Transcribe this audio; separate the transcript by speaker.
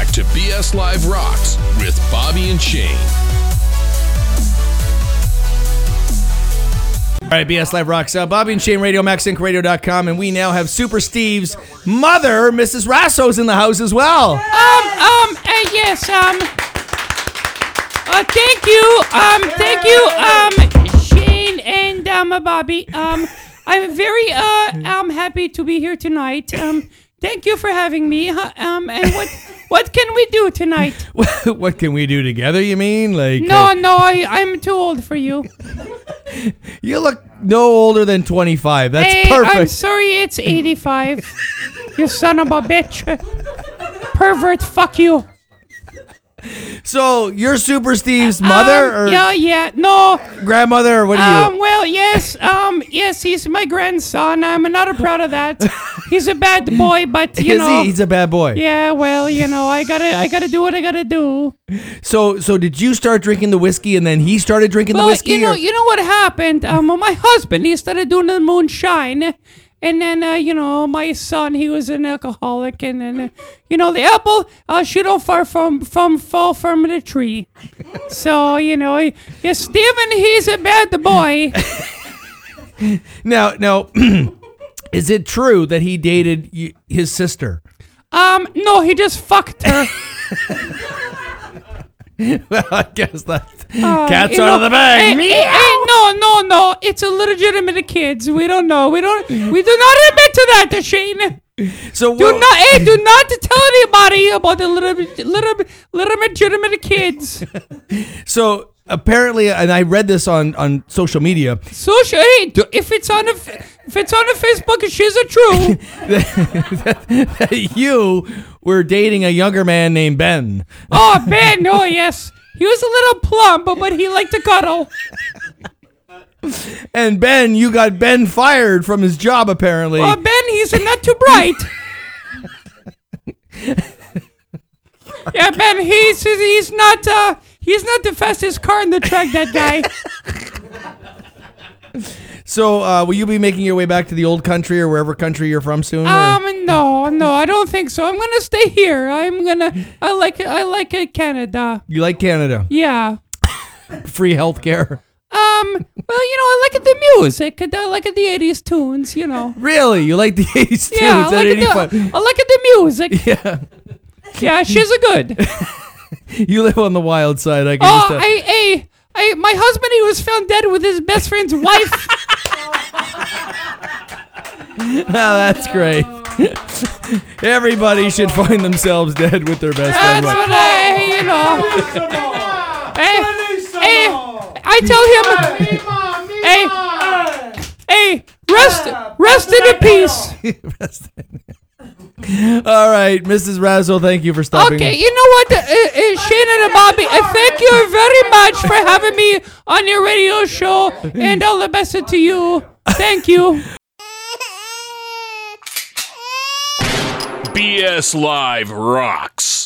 Speaker 1: Best Live Rocks with Bobby and Shane.
Speaker 2: All right, BS Live Rocks. Uh, Bobby and Shane Radio, MaxIncRadio.com, and we now have Super Steve's mother, Mrs. Rasso's, in the house as well.
Speaker 3: Um, um, uh, yes, um, uh, thank you, um, thank you, um, Shane and, um, uh, Bobby. Um, I'm very, uh, um, happy to be here tonight. Um, thank you for having me. huh, Um, and what, what can we do tonight?
Speaker 2: what can we do together, you mean? Like,
Speaker 3: No,
Speaker 2: uh,
Speaker 3: no, I, I'm too old for you.
Speaker 2: you look no older than 25. That's
Speaker 3: Hey, I'm
Speaker 2: perfect.
Speaker 3: sorry, it's 85. you son of a bitch. Pervert, fuck you.
Speaker 2: so, you're Super Steve's mother
Speaker 3: Um,
Speaker 2: or
Speaker 3: Yeah, yeah, no.
Speaker 2: grandmother, or what are
Speaker 3: Um,
Speaker 2: you?
Speaker 3: well, yes, um, yes, he's my grandson. I'm not proud of that. He's a bad boy, but you
Speaker 2: Is
Speaker 3: know,
Speaker 2: he? He's a bad boy.
Speaker 3: yeah. Well, you know, I gotta, I gotta do what I gotta do.
Speaker 2: So, so did you start drinking the whiskey and then he started drinking
Speaker 3: Well,
Speaker 2: the whiskey?
Speaker 3: you know,
Speaker 2: or-
Speaker 3: you know what happened? Um, my husband, he started doing the moonshine, and then uh, you know, my son, he was an alcoholic, and then uh, you know, the apple, uh, she don't far from from fall from the tree. So you know, he- yeah, Stephen, he's a bad boy.
Speaker 2: now, now, is it true that he dated y- his sister?
Speaker 3: Um, no, he just fucked her.
Speaker 2: well, I guess that
Speaker 3: Uh,
Speaker 2: cat's
Speaker 3: you
Speaker 2: out of
Speaker 3: know,
Speaker 2: the bag.
Speaker 3: eh, eh, eh, no, no, no. It's illegitimate kids. We don't know. We don't. We do not admit to that, Shane.
Speaker 2: so,
Speaker 3: Do
Speaker 2: wha-
Speaker 3: not. Hey, do not tell anybody about the little, little, little legitimate kids.
Speaker 2: so apparently, and I read this on on social media.
Speaker 3: Social. Hey, do, if it's on a, f- if it's on a Facebook, she's a true.
Speaker 2: you were dating a younger man named Ben.
Speaker 3: Oh, Ben. Oh, yes. He was a little plump, but- but he liked to cuddle.
Speaker 2: And Ben, you got Ben fired from his job apparently.
Speaker 3: Oh, Ben, he's not too bright. yeah, Ben, he's he's not uh, he's not the fastest car in the track. That guy.
Speaker 2: so, uh, will you be making your way back to the old country or wherever country you're from soon? or-
Speaker 3: Um, no, no, I don't think so. I'm gonna stay here. I'm gonna. I like I like uh, Canada.
Speaker 2: you like Canada?
Speaker 3: Yeah.
Speaker 2: Free healthcare.
Speaker 3: Um. Well, you know, I like the music. I like the '80s tunes. You know.
Speaker 2: Really? You like the 80s too?
Speaker 3: Yeah,
Speaker 2: Is
Speaker 3: I
Speaker 2: that
Speaker 3: like,
Speaker 2: any
Speaker 3: the,
Speaker 2: fun?
Speaker 3: I like the music. Yeah. Yeah, she's a good.
Speaker 2: You live on the wild side, I guess. Uh,
Speaker 3: Oh, I, I, I, my husband, he was found dead with his best friend's wife.
Speaker 2: Oh, that's great. Everybody should find themselves dead with their best
Speaker 3: That's
Speaker 2: friend.
Speaker 3: what I, you know. Hey, hey, eh, I tell him, hey, rest, rest in a peace.
Speaker 2: All right, Mrs. Razzle, thank you for stopping.
Speaker 3: Okay, you know what, uh, uh, Shane and Bobby, uh, thank you very much for having me on your radio show, and all the best to you. Thank you.
Speaker 1: BS Live Rocks.